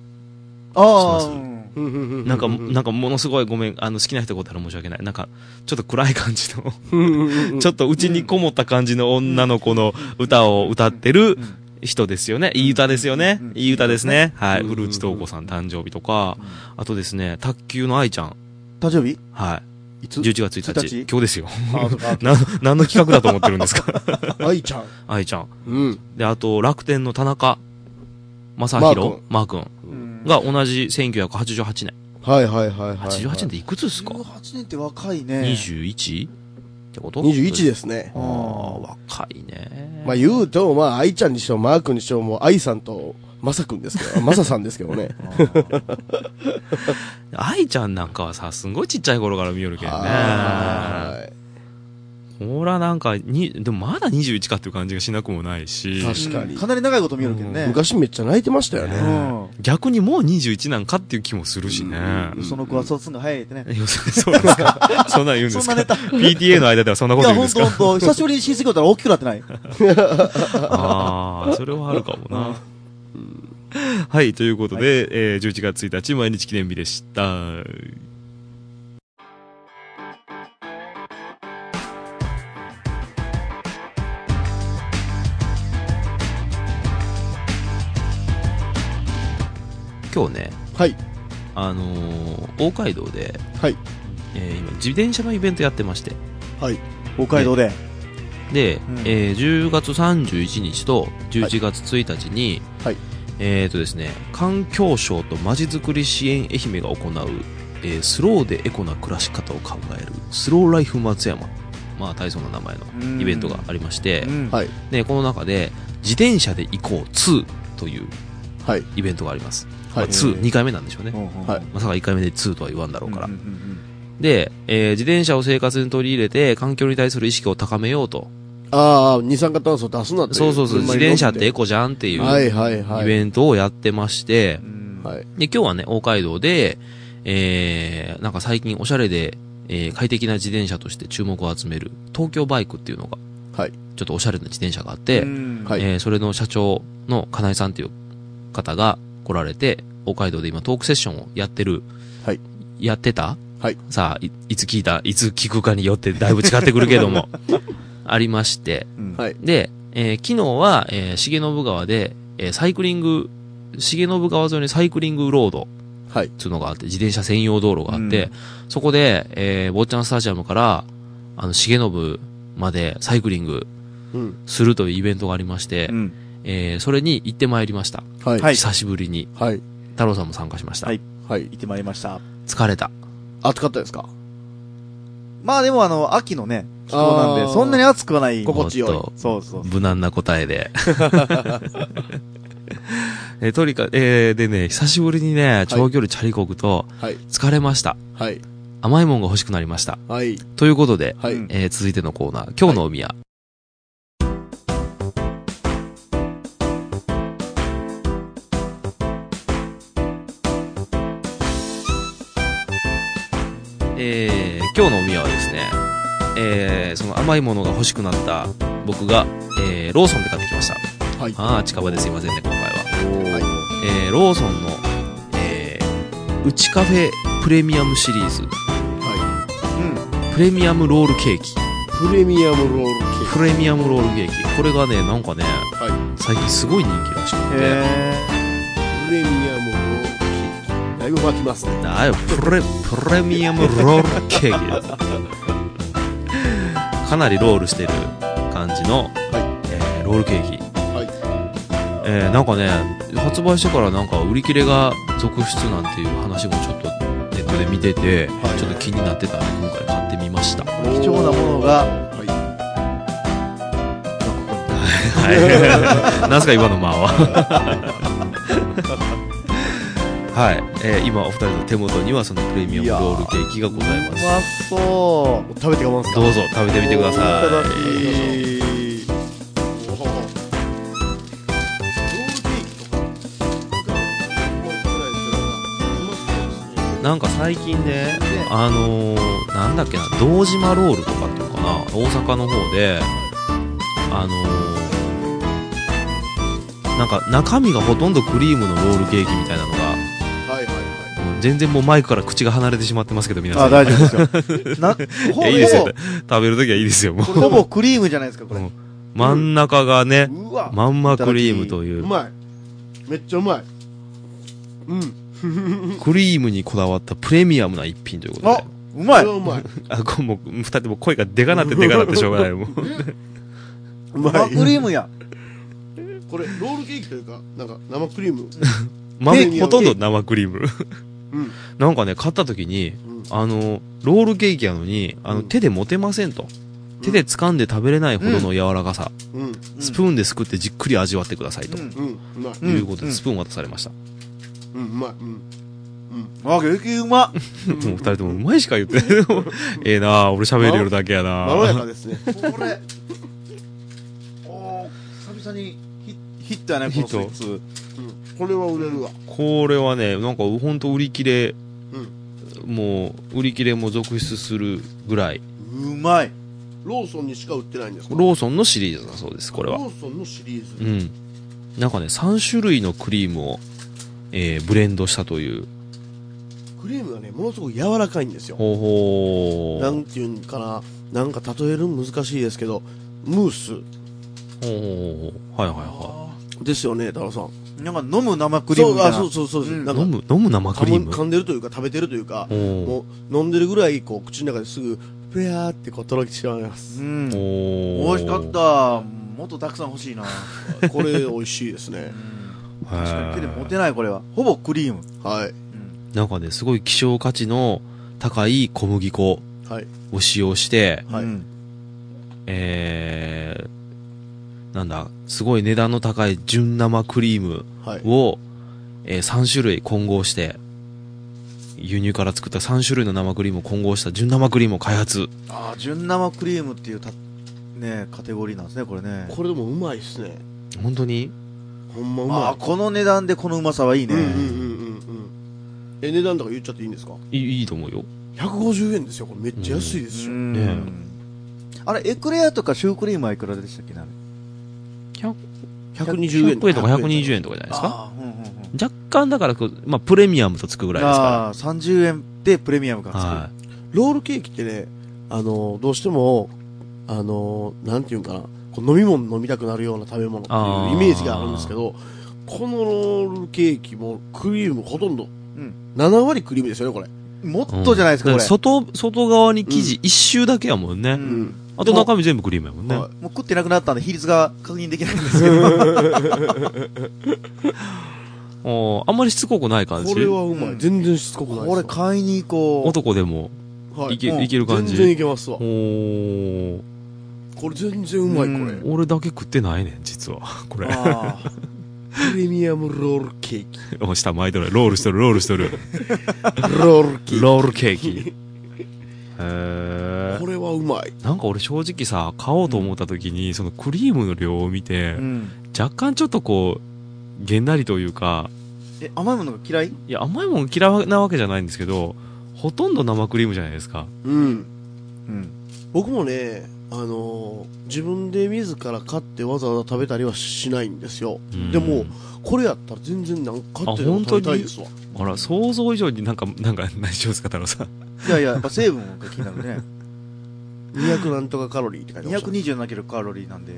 [SPEAKER 6] あ
[SPEAKER 5] し
[SPEAKER 6] ー
[SPEAKER 5] ます
[SPEAKER 6] うん
[SPEAKER 4] うんうんうん
[SPEAKER 5] なんか、なんかものすごいごめん、あの、好きな人がおったら申し訳ない。なんか、ちょっと暗い感じの、ちょっと内にこもった感じの女の子の歌を歌ってる人ですよね。いい歌ですよね
[SPEAKER 6] うん。
[SPEAKER 5] いい歌ですね。はい。古内東子さん誕生日とか、あとですね、卓球の愛ちゃん。
[SPEAKER 6] 誕生日
[SPEAKER 5] はい。
[SPEAKER 6] いつ
[SPEAKER 5] 11月1日。
[SPEAKER 6] 1日
[SPEAKER 5] 今日ですよ。
[SPEAKER 6] あーそうか
[SPEAKER 5] <laughs> な、何の企画だと思ってるんですか
[SPEAKER 4] 愛ちゃん。
[SPEAKER 5] 愛ちゃん。
[SPEAKER 4] うん。
[SPEAKER 5] で、あと、楽天の田中正宏マー君
[SPEAKER 6] うん
[SPEAKER 5] が同じ1988年。
[SPEAKER 4] はいはいはいはい。
[SPEAKER 5] 88年っていくつですか
[SPEAKER 6] 18年って若いね。
[SPEAKER 5] 21? ってことで。
[SPEAKER 4] 21ですね
[SPEAKER 5] あ。あ、若い
[SPEAKER 4] まあ
[SPEAKER 5] ね。
[SPEAKER 4] 言うと、まあ愛ちゃんにしろ、マー君にしろ、もう愛さんと、まさくんですけど、まささんですけ
[SPEAKER 5] <laughs>
[SPEAKER 4] どね。
[SPEAKER 5] 愛ちゃんなんかはさ、すごいちっちゃい頃から見よるけどね。
[SPEAKER 4] は
[SPEAKER 5] ほらなんか、に、でもまだ21かっていう感じがしなくもないし。
[SPEAKER 4] 確かに
[SPEAKER 6] かなり長いこと見るけど
[SPEAKER 4] い。
[SPEAKER 6] ね。
[SPEAKER 4] 昔めっちゃ泣いてましたよね。
[SPEAKER 6] うん。
[SPEAKER 5] 逆にもう21なんかっていう気もするしね。
[SPEAKER 6] その子はそうすんの早いってね。
[SPEAKER 5] いや <laughs> そそうですか。そんなん言うんです
[SPEAKER 6] そ
[SPEAKER 5] か
[SPEAKER 6] んなネタ
[SPEAKER 5] ?PTA の間ではそんないこと
[SPEAKER 6] や、
[SPEAKER 5] 言うん
[SPEAKER 6] ほ
[SPEAKER 5] で
[SPEAKER 6] ん
[SPEAKER 5] す
[SPEAKER 6] と
[SPEAKER 5] か
[SPEAKER 6] ほんと。久しぶりに親戚おったら大きくなってない。
[SPEAKER 4] <laughs>
[SPEAKER 5] ああ、それはあるかもな。はい、ということで、えー11月1日毎日記念日でした。今日ね、
[SPEAKER 4] はい。
[SPEAKER 5] あのー、大街道で、
[SPEAKER 4] はい。
[SPEAKER 5] えー今、自転車のイベントやってまして、
[SPEAKER 4] はい。
[SPEAKER 6] 北海道で。
[SPEAKER 5] で、
[SPEAKER 6] うん
[SPEAKER 5] えー10月31日と11月1日に、
[SPEAKER 4] はい
[SPEAKER 5] えっ、とですね、環境省とまちづくり支援愛媛が行う、えースローでエコな暮らし方を考える、スローライフ松山、まあ、大層な名前
[SPEAKER 6] うん
[SPEAKER 5] のイベントがありまして、
[SPEAKER 6] うん
[SPEAKER 4] はい。
[SPEAKER 5] でこの中で、自転車で行こう2という
[SPEAKER 4] はい。
[SPEAKER 5] イベントがあります。ま
[SPEAKER 4] はい
[SPEAKER 5] あ、2、2回目なんでしょうね。
[SPEAKER 4] はい
[SPEAKER 5] まさか1回目で2とは言わんだろうから
[SPEAKER 6] うん。うん
[SPEAKER 5] で、えー自転車を生活に取り入れて、環境に対する意識を高めようと。
[SPEAKER 4] ああ、二酸化炭素出すなって。
[SPEAKER 5] そうそうそう、自転車ってエ
[SPEAKER 4] こ
[SPEAKER 5] コじゃんっていう
[SPEAKER 4] はいはいはい。
[SPEAKER 5] イベントをやってまして、
[SPEAKER 6] うん
[SPEAKER 4] はい。
[SPEAKER 5] で、今日はね、大街道で、えー、なんか最近おしゃれで、えー快適な自転車として注目を集める、東京バイクっていうのが、
[SPEAKER 4] はい。
[SPEAKER 5] ちょっとおしゃれな自転車があって、
[SPEAKER 6] うん
[SPEAKER 4] はい
[SPEAKER 5] えーそれの社長の金井さんっていう方が来られて、大街道で今トークセッションをやってる、
[SPEAKER 4] はい
[SPEAKER 5] やってた
[SPEAKER 4] はい。
[SPEAKER 5] さあい、いつ聞いた、いつ聞くかによってだいぶ違ってくるけど
[SPEAKER 4] <laughs>
[SPEAKER 5] も、ありまして。
[SPEAKER 6] うん
[SPEAKER 4] はい。
[SPEAKER 5] で、えー昨日は、えー、重信川で、えーサイクリング、重信川沿いにサイクリングロード
[SPEAKER 4] はい。
[SPEAKER 5] っていうのがあって、自転車専用道路があって、そこで、えー、坊ちゃんスタジアムから、あの、重信までサイクリング
[SPEAKER 4] うん。
[SPEAKER 5] するというイベントがありまして、
[SPEAKER 6] うん
[SPEAKER 5] えーそれに行ってまいりました。
[SPEAKER 4] はい。
[SPEAKER 6] はい
[SPEAKER 5] 久しぶりに。
[SPEAKER 4] はい。
[SPEAKER 5] 太郎さんも参加しました。
[SPEAKER 6] はい
[SPEAKER 4] はい。
[SPEAKER 6] 行ってまいりました。
[SPEAKER 5] 疲れた。
[SPEAKER 4] 暑かったですか
[SPEAKER 6] まあでもあの、秋のね、気候なん
[SPEAKER 4] あー
[SPEAKER 6] で、そんなに暑くはない。
[SPEAKER 4] 心地よい
[SPEAKER 5] もっと
[SPEAKER 6] そうそう。
[SPEAKER 5] 無難な答え
[SPEAKER 4] <laughs>
[SPEAKER 5] で。えーとにかく、えーでね、久しぶりにね、長距離チャリコグと、
[SPEAKER 4] はい。
[SPEAKER 5] 疲れました。
[SPEAKER 4] はい。
[SPEAKER 5] 甘いもんが欲しくなりました。
[SPEAKER 4] はい。
[SPEAKER 5] ということで、
[SPEAKER 4] はい。
[SPEAKER 6] うん
[SPEAKER 5] えー続いてのコーナー、今日のお宮。えー今日のお宮はですね、えーその甘いものが欲しくなった僕が、えーローソンで買ってきました。
[SPEAKER 4] はい。
[SPEAKER 5] ああ、近場ですいませんね、今回は。
[SPEAKER 4] はい。
[SPEAKER 5] えーローソンの、えー、うちカフェプレミアムシリーズ、
[SPEAKER 4] は
[SPEAKER 5] プレミアムロールケーキ。
[SPEAKER 4] い。プレミアムロールケー
[SPEAKER 5] プレミアムロールケーキこれがねなんかね
[SPEAKER 4] キ。はい。
[SPEAKER 5] 最近すごい人気らしくて
[SPEAKER 6] へ
[SPEAKER 4] プレミアムロールケーキ。だいぶ巻きますね。
[SPEAKER 5] だよプレプレミアムロールケーキ <laughs> ですかなりロールしてる感じの、
[SPEAKER 4] は
[SPEAKER 5] えーロールケーキ、
[SPEAKER 4] はい。
[SPEAKER 5] えーなんかね発売してからなんか売り切れが続出なんていう話もちょっとネットで見てて、
[SPEAKER 4] はい
[SPEAKER 5] ちょっと気になってたんで今回買ってみましたは
[SPEAKER 6] ー貴重なものが、
[SPEAKER 4] はい。
[SPEAKER 5] いなんすか今の間ははい、えー今お二人の手元にはそのプレミアムロールケーキがございま
[SPEAKER 6] う
[SPEAKER 5] す
[SPEAKER 6] まそ
[SPEAKER 4] 食べて我慢すか
[SPEAKER 5] どうぞ食べてみてくださ
[SPEAKER 6] おーいただ
[SPEAKER 5] い。
[SPEAKER 6] きます
[SPEAKER 4] ロールケーキとかが
[SPEAKER 5] なんか最近ね、あのー、なんだっけな、堂島ロールとかっていうのかな、大阪の方で、あのー、なんか中身がほとんどクリームのロールケーキみたいなのが、
[SPEAKER 4] はいはい
[SPEAKER 5] うん全然もうマイクから口が離れてしまってますけど、皆
[SPEAKER 6] う。
[SPEAKER 5] さん。
[SPEAKER 6] あ、大丈夫ですよ。 <laughs> な、ほ
[SPEAKER 5] いやいいですよ
[SPEAKER 6] ぼ、。
[SPEAKER 5] 食べるときはいいですよ、もう。
[SPEAKER 6] ほぼクリームじゃないですか、こ
[SPEAKER 5] うん
[SPEAKER 6] れ。
[SPEAKER 5] 真ん中がね、
[SPEAKER 6] うわ。
[SPEAKER 5] まんまクリームとい
[SPEAKER 4] はい。う
[SPEAKER 5] う、
[SPEAKER 4] まい。めっちゃうまい。うん。 <laughs>
[SPEAKER 5] クリームにこだわったプレミアムな一品ということ
[SPEAKER 6] あ
[SPEAKER 5] で。、
[SPEAKER 6] う
[SPEAKER 4] こ
[SPEAKER 6] まい
[SPEAKER 4] れは。うまい。
[SPEAKER 5] <laughs> あ、こうもう、二人とも声がでかなってでかなってしょうがない、もう。 <laughs>
[SPEAKER 4] う
[SPEAKER 6] あ、
[SPEAKER 4] ま
[SPEAKER 6] ク
[SPEAKER 4] い。
[SPEAKER 6] リームや。
[SPEAKER 4] これ、ロールケーキというか、なんか生クリーム。
[SPEAKER 5] ま
[SPEAKER 4] ケーキ
[SPEAKER 5] ほとんど生クリーム。
[SPEAKER 4] うん
[SPEAKER 5] なんかね、買った時に、
[SPEAKER 4] うん
[SPEAKER 5] あの、ロールケーキやのに、あの、
[SPEAKER 4] うん
[SPEAKER 5] 手で持てませんと。手で掴んで食べれないほどの柔らかさ、
[SPEAKER 4] うん。
[SPEAKER 5] スプーンですくってじっくり味わってくださいと。
[SPEAKER 6] うん
[SPEAKER 4] うん。うまい。
[SPEAKER 6] ん
[SPEAKER 5] いうことで、
[SPEAKER 6] うん
[SPEAKER 5] スプーン渡されました。
[SPEAKER 4] うん、うまい。うん。
[SPEAKER 6] あ、激う
[SPEAKER 5] も
[SPEAKER 6] ま。
[SPEAKER 5] う二人ともうまいしか言
[SPEAKER 4] <laughs>
[SPEAKER 5] ってない。ええなぁ、俺喋るよるだけやな
[SPEAKER 4] まろや
[SPEAKER 5] ぁ。
[SPEAKER 4] かですね。
[SPEAKER 6] これ。おー、久々にヒヒットやね、このスイーツ。
[SPEAKER 4] うんこれは売れるわ。
[SPEAKER 5] これはね、なんかほんと売り切れ、
[SPEAKER 4] うん。
[SPEAKER 5] もう、売り切れも続出するぐらい、
[SPEAKER 6] うまい。
[SPEAKER 4] ローソンにしか売ってないんですか
[SPEAKER 5] ローソンのシリーズだそうです、これは
[SPEAKER 4] ロ。ーソンのシリー
[SPEAKER 5] う
[SPEAKER 4] ズ。
[SPEAKER 5] ん。なんかね、3種類のクリームを、えーブレンドしたという
[SPEAKER 4] クリームがね、ものすごく柔らかいんですよ。
[SPEAKER 5] 方法。
[SPEAKER 4] なんていうんかな、なんか例えるの難しいですけど、ムース
[SPEAKER 5] ほうほうほうほうはいはいは
[SPEAKER 4] ですよね、太郎さん。
[SPEAKER 6] なんか飲む生クリームみたいな。
[SPEAKER 1] そうあそうそうそう、
[SPEAKER 6] うん
[SPEAKER 1] なんか
[SPEAKER 5] 飲む、飲む生クリー
[SPEAKER 1] 噛
[SPEAKER 5] ム
[SPEAKER 1] む噛んでるというか食べてるというか
[SPEAKER 5] おー
[SPEAKER 1] もう飲んでるぐらいこう口の中ですぐふやーってこうとろけてしまいます
[SPEAKER 6] うん。
[SPEAKER 5] お
[SPEAKER 6] 美味しかった。もっとたくさん欲しいな。
[SPEAKER 1] これ美味しいで
[SPEAKER 4] <laughs>
[SPEAKER 1] すね
[SPEAKER 5] た。
[SPEAKER 6] 確かに手で
[SPEAKER 5] へー
[SPEAKER 6] 持てないこれは。ほぼクリーム。
[SPEAKER 1] はい
[SPEAKER 5] なんかね、すごい希少価値の高い小麦粉
[SPEAKER 1] はい
[SPEAKER 5] を使用して、
[SPEAKER 1] はい
[SPEAKER 6] うん
[SPEAKER 5] えー、なんだ、すごい値段の高い純生クリーム
[SPEAKER 1] はい
[SPEAKER 5] を、え3種類混合して、輸入から作った3種類の生クリームを混合した純生クリームを開発。
[SPEAKER 6] ああ、純生クリームっていうた、ね、カテゴリーなんですね、これね。
[SPEAKER 1] これでもうまいですね
[SPEAKER 5] 本当に
[SPEAKER 1] ほんまう
[SPEAKER 6] あ
[SPEAKER 1] ま
[SPEAKER 6] あ、この値段でこのうまさはいい
[SPEAKER 1] い、
[SPEAKER 6] ね。
[SPEAKER 1] うんうんうんうんうんえ値段とか言っちゃっていいんですか
[SPEAKER 5] いいいいと思うよ。
[SPEAKER 1] 150円ですよこれめっちゃ安いです
[SPEAKER 6] う
[SPEAKER 1] よ、
[SPEAKER 6] ん
[SPEAKER 5] ね
[SPEAKER 6] あれ、エクレアとかシュークリームはいくらでしたっけな
[SPEAKER 1] 120円
[SPEAKER 5] 100円とか
[SPEAKER 1] 円
[SPEAKER 5] 120円とかじゃないですか
[SPEAKER 6] ああ、うんうんうん。
[SPEAKER 5] 若干だからこう、まあ、プレミアムとつくぐらいですか
[SPEAKER 6] ああ、30円でプレミアムが
[SPEAKER 5] ら。
[SPEAKER 6] つく。
[SPEAKER 5] は
[SPEAKER 1] ロールケーキってねあのどうしてもあのなんていうんかなこう飲み物飲みたくなるような食べ物って
[SPEAKER 5] あー
[SPEAKER 1] いうイメージがあるんですけどこのロールケーキもクリームほとんど、
[SPEAKER 6] ん
[SPEAKER 1] 7割クリームですよねこれ
[SPEAKER 6] も
[SPEAKER 5] い。
[SPEAKER 6] っとじゃないですか、
[SPEAKER 5] うん
[SPEAKER 6] こ
[SPEAKER 5] だら
[SPEAKER 6] れ。
[SPEAKER 5] 外、外側に生地一周だけやもんね。
[SPEAKER 6] うん
[SPEAKER 5] あと中身全部クリームやもんね。
[SPEAKER 1] はい
[SPEAKER 6] もう食ってなくなったんで比率が確認できないんですけど。
[SPEAKER 5] おーあんまりしつこくない感じ
[SPEAKER 1] これはうまい、
[SPEAKER 6] うん
[SPEAKER 1] 全然しつこくない
[SPEAKER 6] これ買いに行こ
[SPEAKER 5] 男でも
[SPEAKER 1] はい
[SPEAKER 5] け,、
[SPEAKER 6] うん
[SPEAKER 5] いける感
[SPEAKER 1] 全然い
[SPEAKER 5] じ
[SPEAKER 1] けますわ
[SPEAKER 5] おー
[SPEAKER 1] これ全然うまいこれ、
[SPEAKER 6] うん
[SPEAKER 5] 俺だけ食ってないねん実は <laughs> こ
[SPEAKER 6] う。
[SPEAKER 5] れ
[SPEAKER 6] ああ
[SPEAKER 1] プレミアムロールケーキ
[SPEAKER 5] お下巻いてるロールしてるロールしてる
[SPEAKER 1] ロールケーキ
[SPEAKER 5] ロールケーキへえ
[SPEAKER 1] これはうまい
[SPEAKER 5] なんか俺正直さ買おうと思った時に、そのクリームの量を見て、
[SPEAKER 6] うん。
[SPEAKER 5] 若干ちょっとこうげんなりというか
[SPEAKER 6] え、甘いものが嫌い
[SPEAKER 5] いや甘いもん嫌いなわけじゃないんですけどほとんど生クリームじゃないですか
[SPEAKER 1] うん
[SPEAKER 6] うん。
[SPEAKER 1] 僕もね、あのー自分で自ら買ってわざわざ食べたりはしないんですよ、
[SPEAKER 5] うん
[SPEAKER 1] でもこれやったら全然なんか買って
[SPEAKER 5] あ本当
[SPEAKER 1] 食
[SPEAKER 5] に
[SPEAKER 1] べたいですわ
[SPEAKER 5] あら想像以上になんかなんか何しようですか太郎さん
[SPEAKER 6] いやいや、やっぱ成分が気になるね。
[SPEAKER 1] 200なんとかカロリーって書いてました
[SPEAKER 6] 227キロカロリーなんで、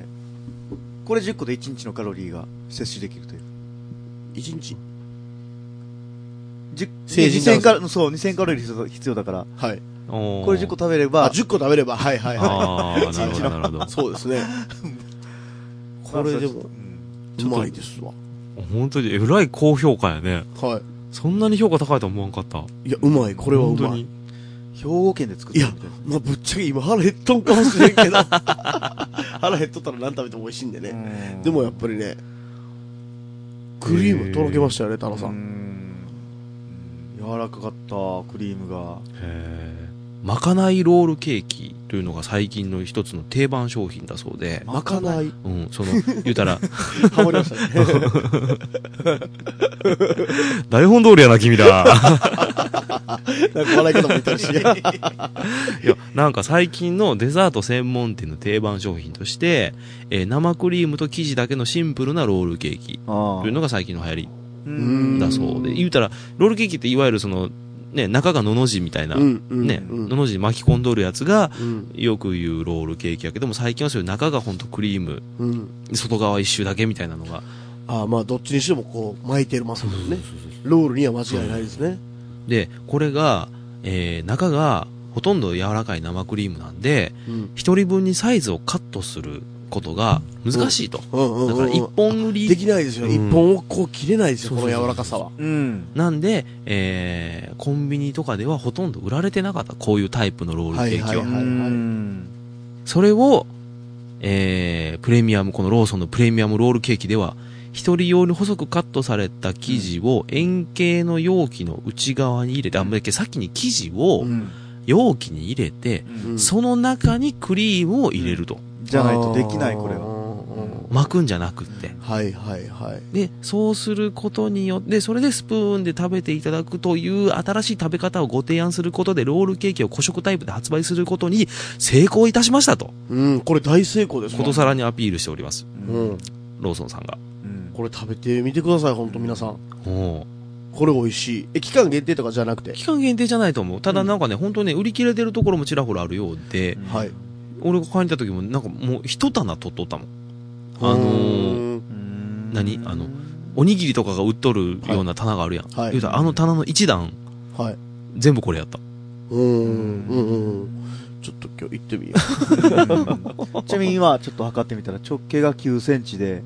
[SPEAKER 6] これ10個で1日のカロリーが摂取できるという。
[SPEAKER 1] 1日
[SPEAKER 6] 10
[SPEAKER 1] 成人
[SPEAKER 6] 2000カロそう、2000カロリー必要だから、
[SPEAKER 1] はい
[SPEAKER 5] こ
[SPEAKER 6] これ10個食べれ
[SPEAKER 1] あ
[SPEAKER 6] ば、
[SPEAKER 1] 10個食べればはいはいは
[SPEAKER 5] ああなるほどなるほど
[SPEAKER 1] いそうですねこれで
[SPEAKER 6] う
[SPEAKER 1] も
[SPEAKER 6] ん
[SPEAKER 1] うまいですわ
[SPEAKER 5] 本当にえらい高評価やね
[SPEAKER 1] は
[SPEAKER 5] そんなに評価高いとは思わんかった
[SPEAKER 1] いいやうまいこれはう
[SPEAKER 5] 本当
[SPEAKER 1] まい
[SPEAKER 5] に
[SPEAKER 6] 兵庫県で作ってるみたいな。
[SPEAKER 1] まあぶっちゃけ今腹減っとんかもしれんけど腹減っとったら何食べても美味しいんでね、
[SPEAKER 6] うん
[SPEAKER 1] でもやっぱりねクリームとろけましたよね太郎さ
[SPEAKER 6] うんん柔らかかったクリームが
[SPEAKER 5] へーまかないロールケーキというのが最近の一つの定番商品だそうで、
[SPEAKER 1] まかない
[SPEAKER 5] うん、その、言うたら、 <laughs>
[SPEAKER 1] ハマりましたね
[SPEAKER 5] 台本通りやな、君ら。
[SPEAKER 1] なんか笑い方もいたりし。
[SPEAKER 5] いや、なんか最近のデザート専門店の定番商品として、えー生クリームと生地だけのシンプルなロールケーキ
[SPEAKER 6] あ
[SPEAKER 5] というのが最近の流行り
[SPEAKER 1] ん
[SPEAKER 5] だそうで、言うたら、ロールケーキっていわゆるその、ね、中がのの字みたいな、
[SPEAKER 1] うんうん
[SPEAKER 5] ね、
[SPEAKER 1] うん
[SPEAKER 5] のの字に巻き込んどるやつが、
[SPEAKER 1] うん
[SPEAKER 5] よく言うロールケーキやけども、最近はそういう中がほんとクリーム、
[SPEAKER 1] うん。
[SPEAKER 5] 外側一周だけみたいなのが、
[SPEAKER 1] ああ、まあ、どっちにしてもこう、巻いてるますもんね。ロールには間違いないですね。
[SPEAKER 5] で、これが、えー中がほとんど柔らかい生クリームなんで、
[SPEAKER 1] うん。
[SPEAKER 5] 一人分にサイズをカットすることが難しいと。
[SPEAKER 1] うんうん
[SPEAKER 5] だ
[SPEAKER 1] う
[SPEAKER 5] から
[SPEAKER 1] んう
[SPEAKER 5] 一
[SPEAKER 1] ん。
[SPEAKER 5] 本売
[SPEAKER 1] でき
[SPEAKER 5] り
[SPEAKER 1] ないですよね。
[SPEAKER 5] うん
[SPEAKER 1] 一本をこう切れないですよ、この
[SPEAKER 5] そうそうそう
[SPEAKER 1] 柔らかさは。
[SPEAKER 6] うん
[SPEAKER 5] なんで、えーコンビニとかではほとんど売られてなかった。こういうタイプのロールケーキは。
[SPEAKER 1] はいはいはい
[SPEAKER 6] うん
[SPEAKER 5] それを、えープレミアム、このローソンのプレミアムロールケーキでは、一人用に細くカットされた生地を円形の容器の内側に入れて、あ、もう先に生地を容器に入れて、
[SPEAKER 1] うん
[SPEAKER 5] その中にクリームを入れると。
[SPEAKER 6] じゃないとできないこれ
[SPEAKER 1] う
[SPEAKER 6] は
[SPEAKER 1] んうん
[SPEAKER 5] 巻くんじゃなくって。
[SPEAKER 1] はいはいはい。
[SPEAKER 5] で、そうすることによって、それでスプーンで食べていただくという新しい食べ方をご提案することで、ロールケーキを個食タイプで発売することに成功いたしましたと、
[SPEAKER 1] うん、これ大成功ですわ
[SPEAKER 5] ことさらにアピールしております。
[SPEAKER 6] う
[SPEAKER 1] うん。
[SPEAKER 5] ローソンさんが。
[SPEAKER 6] うん
[SPEAKER 1] これ食べてみてください、ほんと皆さん。
[SPEAKER 5] おー
[SPEAKER 1] これ美味しい。え、期間限定とかじゃなくて。
[SPEAKER 5] 期間限定じゃないと思う。ただなんかね、本当ね、売り切れてるところもちらほらあるようで、
[SPEAKER 1] はい。
[SPEAKER 5] 俺が買いに行った時も、なんかもう一棚取っとったもん。あ
[SPEAKER 1] う
[SPEAKER 5] のー
[SPEAKER 1] ん
[SPEAKER 5] 何あの、おにぎりとかが売っとるような棚があるやん。
[SPEAKER 4] はい
[SPEAKER 5] 言うたら、あの棚の一段、
[SPEAKER 4] はい。
[SPEAKER 5] 全部これやった。
[SPEAKER 4] うーん、うん、うん。ちょっと今日行ってみよう。
[SPEAKER 6] ちなみに今ちょっと測ってみたら直径が9センチで、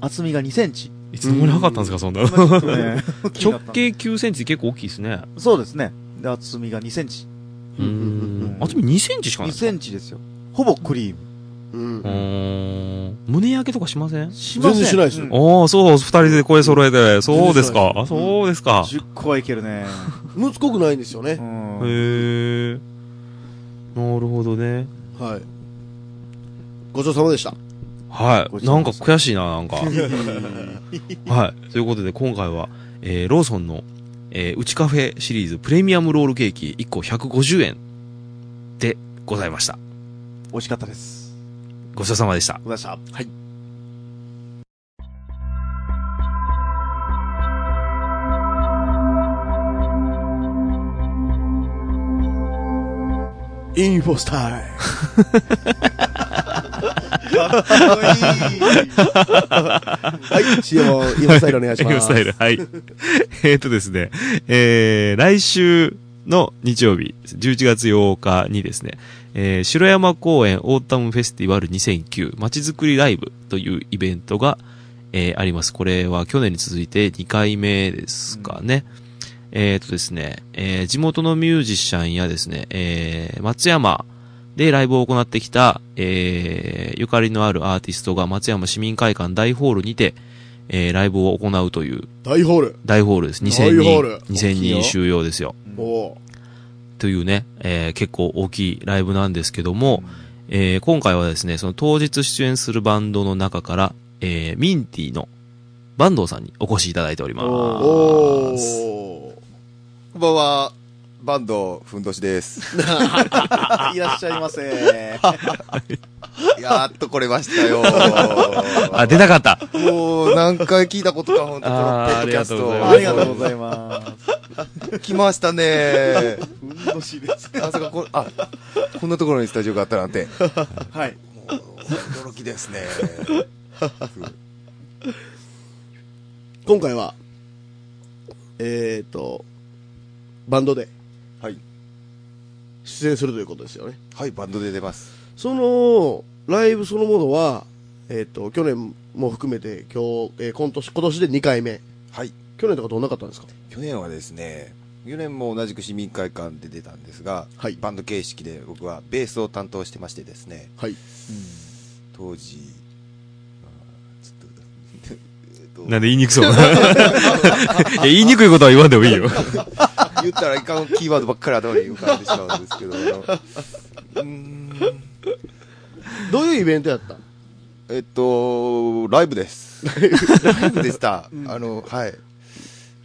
[SPEAKER 6] 厚みが2センチ。
[SPEAKER 5] いつの間に測ったんですか、そんなの。 <laughs>
[SPEAKER 6] ちょっとね
[SPEAKER 5] 直径9センチ結構大きいですね。
[SPEAKER 6] そうですね。で、厚みが2センチ。
[SPEAKER 5] うーん。あと2センチしかな
[SPEAKER 6] 2
[SPEAKER 5] い。
[SPEAKER 6] センチですよ。ほぼクリーム。
[SPEAKER 4] うん
[SPEAKER 5] う。ーん。胸焼けとかしません
[SPEAKER 6] しません
[SPEAKER 4] 全然しないですよ
[SPEAKER 6] うん
[SPEAKER 5] おー、そう、二人で声揃えて。そうですか。あ、そうですか。
[SPEAKER 6] 10個はいけるね。
[SPEAKER 4] むつこくないんですよ
[SPEAKER 6] う
[SPEAKER 4] ね。
[SPEAKER 5] へ
[SPEAKER 6] ん。
[SPEAKER 5] ー。なるほどね。
[SPEAKER 4] はい。ごちそうさまでした。
[SPEAKER 5] はい。
[SPEAKER 6] ごち
[SPEAKER 5] な
[SPEAKER 6] そうん
[SPEAKER 5] か
[SPEAKER 6] さ
[SPEAKER 5] 悔しいな、なんか。 <laughs> はい。ということで、今回は、えー、ローソンの、えー、うちカフェシリーズプレミアムロールケーキ1個150円でございました。
[SPEAKER 6] 美味しかったです。
[SPEAKER 5] ごちそうさまでした。
[SPEAKER 6] ございました。
[SPEAKER 4] インフォスタイはい、CM をインフォスタイルお願いし
[SPEAKER 5] エ
[SPEAKER 4] ま
[SPEAKER 5] グ
[SPEAKER 4] す。
[SPEAKER 5] スタイル、はい。 <laughs> えっとですね、えー、来週の日曜日、11月8日にですね、えー、城山公園オータムフェスティバル2009まちづくりライブというイベントが、えー、あります。これは去年に続いて2回目ですかね。えっとですね、えー、地元のミュージシャンやですね、えー、松山でライブを行ってきた、えー、ゆかりのあるアーティストが松山市民会館大ホールにて、えー、ライブを行うという
[SPEAKER 4] 大ホール。
[SPEAKER 5] 大ホールです。
[SPEAKER 4] 大
[SPEAKER 5] 2000
[SPEAKER 4] ホ
[SPEAKER 5] 人
[SPEAKER 4] ール。
[SPEAKER 5] 2000人収容ですよ。
[SPEAKER 4] お
[SPEAKER 5] というね、えー結構大きいライブなんですけども、えー今回はですね、その当日出演するバンドの中から、えーミンティの坂東さんにお越しいただいております。
[SPEAKER 4] ーおー
[SPEAKER 7] こんばんは。バンド、ふんどしです。
[SPEAKER 1] <laughs>
[SPEAKER 6] いらっしゃいませ。あ
[SPEAKER 7] やっと来れましたよ。
[SPEAKER 5] あ、出たかった
[SPEAKER 7] もう、何回聞いたことか、ほんと、こ
[SPEAKER 5] あー
[SPEAKER 7] のポッドキャスト。
[SPEAKER 5] あ
[SPEAKER 6] りがとうございます。
[SPEAKER 7] 来ましたね。
[SPEAKER 4] <laughs>
[SPEAKER 6] 運動しです。
[SPEAKER 7] あ、そっかこ、あ、こんなところにスタジオがあったなんて。
[SPEAKER 6] はい。
[SPEAKER 7] 驚きですね。
[SPEAKER 4] <laughs> 今回は、えっ、ー、と、バンドで
[SPEAKER 7] はい。
[SPEAKER 4] 出演するということですよね。
[SPEAKER 7] はい、バンドで出ます。
[SPEAKER 4] その、ライブそのものは、えっ、と、去年も含めて、今日、えー今年、今年で2回目。
[SPEAKER 7] はい。
[SPEAKER 4] 去年とかどうなかったんですか
[SPEAKER 7] 去年はですね、去年も同じく市民会館で出たんですが、
[SPEAKER 4] はい
[SPEAKER 7] バンド形式で僕はベースを担当してましてですね、
[SPEAKER 4] はい。
[SPEAKER 7] 当時、あーちょっとえっと
[SPEAKER 5] なんで言いにくそう <laughs> いや言いにくいことは言わんでもいいよ。
[SPEAKER 7] 言ったらいかんキーワードばっかり頭に浮かんでしまうんですけど、あのうーん
[SPEAKER 4] どういうイベントやった
[SPEAKER 7] えっと、ライブです。ライブでした。あの、はい。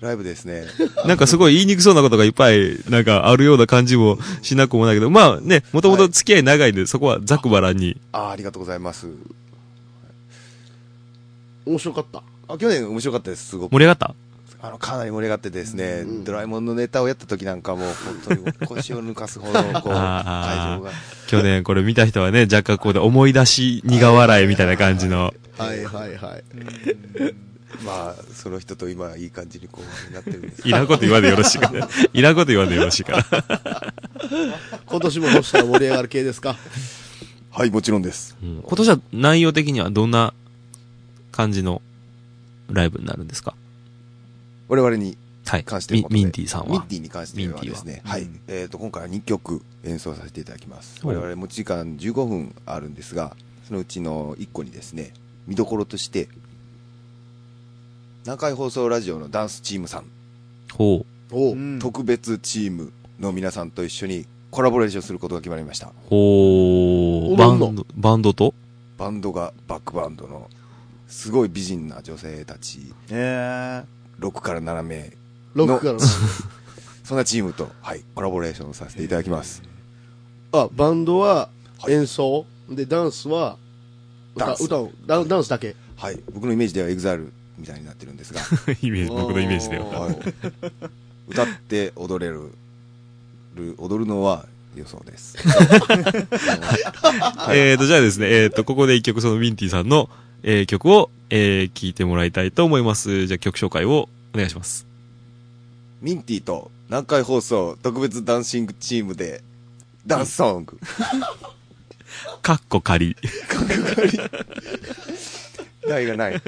[SPEAKER 7] ライブですね。
[SPEAKER 5] なんかすごい言いにくそうなことがいっぱい、なんかあるような感じもしなくもないけど、まあね、もともと付き合い長いんで、そこはざくばらんに。
[SPEAKER 7] あーありがとうございます。
[SPEAKER 4] 面白かった。
[SPEAKER 7] あ去年面白かったです、すごく
[SPEAKER 5] 盛。り上がった
[SPEAKER 7] あの、かなり盛り上がってですね、ドラえもんのネタをやった時なんかも、本当に腰を抜かすほど、
[SPEAKER 4] <laughs>
[SPEAKER 7] こう、会
[SPEAKER 5] あー
[SPEAKER 7] 場が。
[SPEAKER 5] 去年これ見た人はね、若干こうで思い出し苦笑いみたいな感じの。
[SPEAKER 4] はいはいはい。
[SPEAKER 7] まあ、その人と今、いい感じにこう、なってるんですけ
[SPEAKER 5] いらんこと言わんでよろしい <laughs> から。いらんこと言わんでよろしいから。
[SPEAKER 4] 今年もどうしたら盛り上がる系ですか
[SPEAKER 7] どはい、もちろんです。
[SPEAKER 5] 今年は内容的にはどんな感じのライブになるんですか
[SPEAKER 7] 我々に
[SPEAKER 5] はい
[SPEAKER 7] 関し。て
[SPEAKER 5] ミ
[SPEAKER 7] も
[SPEAKER 5] ミンティさん
[SPEAKER 7] ミン
[SPEAKER 5] は。
[SPEAKER 7] ティに関してはですね、はい。えっ、と、今回は2曲演奏させていただきます。
[SPEAKER 5] お
[SPEAKER 7] 我々持ち時間15分あるんですが、そのうちの1個にですね、見どころとして、南海放送ラジオのダンスチームさん、
[SPEAKER 5] ほう。
[SPEAKER 4] お
[SPEAKER 6] う
[SPEAKER 4] う
[SPEAKER 6] ん
[SPEAKER 7] 特別チームの皆さんと一緒にコラボレーションすることが決まりました。
[SPEAKER 5] ほう。バ
[SPEAKER 4] 踊んの
[SPEAKER 5] ンド、バンド <laughs> と
[SPEAKER 7] バンドがバックバンドの、すごい美人な女性たち、
[SPEAKER 6] え
[SPEAKER 7] 6から7名、
[SPEAKER 4] ロックからの。
[SPEAKER 7] そんなチームと、はい、コラボレーションさせていただきます。
[SPEAKER 4] あ、バンドは演奏、で、ダンスは歌
[SPEAKER 7] ダンス
[SPEAKER 4] 歌をダ、ダンスだけ。
[SPEAKER 7] はい、僕のイメージでは EXILE みたいになってるんですが、
[SPEAKER 5] イメージ、僕のイメージでは。
[SPEAKER 7] はい歌って踊れるる踊るのは予想です
[SPEAKER 5] えーと、じゃあですね、えーと、ここで一曲そのミンティさんの、えー曲を、えー聞いてもらいたいと思います。じゃあ曲紹介をお願いします。
[SPEAKER 7] ミンティと南海放送特別ダンシングチームで、ダンスソング。
[SPEAKER 5] かっこ仮。
[SPEAKER 7] 題がない。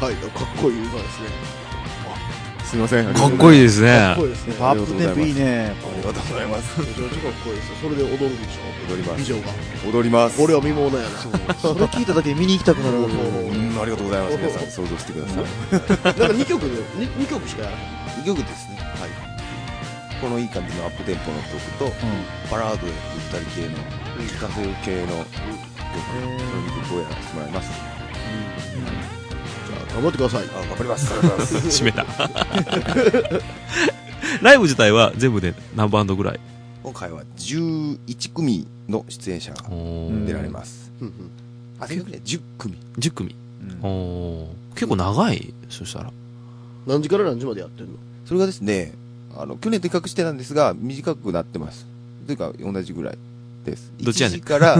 [SPEAKER 4] はい、かっこいい歌ですね。
[SPEAKER 7] すいません。
[SPEAKER 5] かっこいいですね。
[SPEAKER 4] いですね。
[SPEAKER 6] アップテンポいいね。
[SPEAKER 7] ありがとうございます。
[SPEAKER 4] めちゃめちゃかっこいいですよ。それで踊るんでしょ
[SPEAKER 7] 踊りま
[SPEAKER 4] 以
[SPEAKER 7] す。
[SPEAKER 4] 上が。
[SPEAKER 7] 踊ります。
[SPEAKER 4] 俺は見ものやな。
[SPEAKER 6] それ聞いただけで見に行きたくなる。
[SPEAKER 7] うん、ありがとうございます。皆さん、想像してください。
[SPEAKER 4] なんか2曲で、二二曲しかやらない。
[SPEAKER 7] 2曲ですね。はい。このいい感じのアップテンポの曲と、バラードでゆったり系の、聞かせる系の曲、この2曲をやらせてもらいます。
[SPEAKER 4] じゃあ、頑張ってください。
[SPEAKER 7] あ、頑張ります。ありがとうございま
[SPEAKER 5] <laughs> 締
[SPEAKER 7] す。
[SPEAKER 5] めた。 <laughs> ライブ自体は全部で何バンドぐらい
[SPEAKER 7] 今回は11組の出演者が出られます。
[SPEAKER 4] うんうん
[SPEAKER 7] あ、結局ね、10組。
[SPEAKER 5] ?10 組。おー結構長い、そしたら。
[SPEAKER 4] 何時から何時までやってんの
[SPEAKER 7] それがですね、あの、去年と比較してたんですが、短くなってます。というか、同じぐらいです。
[SPEAKER 5] どっちやねん
[SPEAKER 7] 1時から、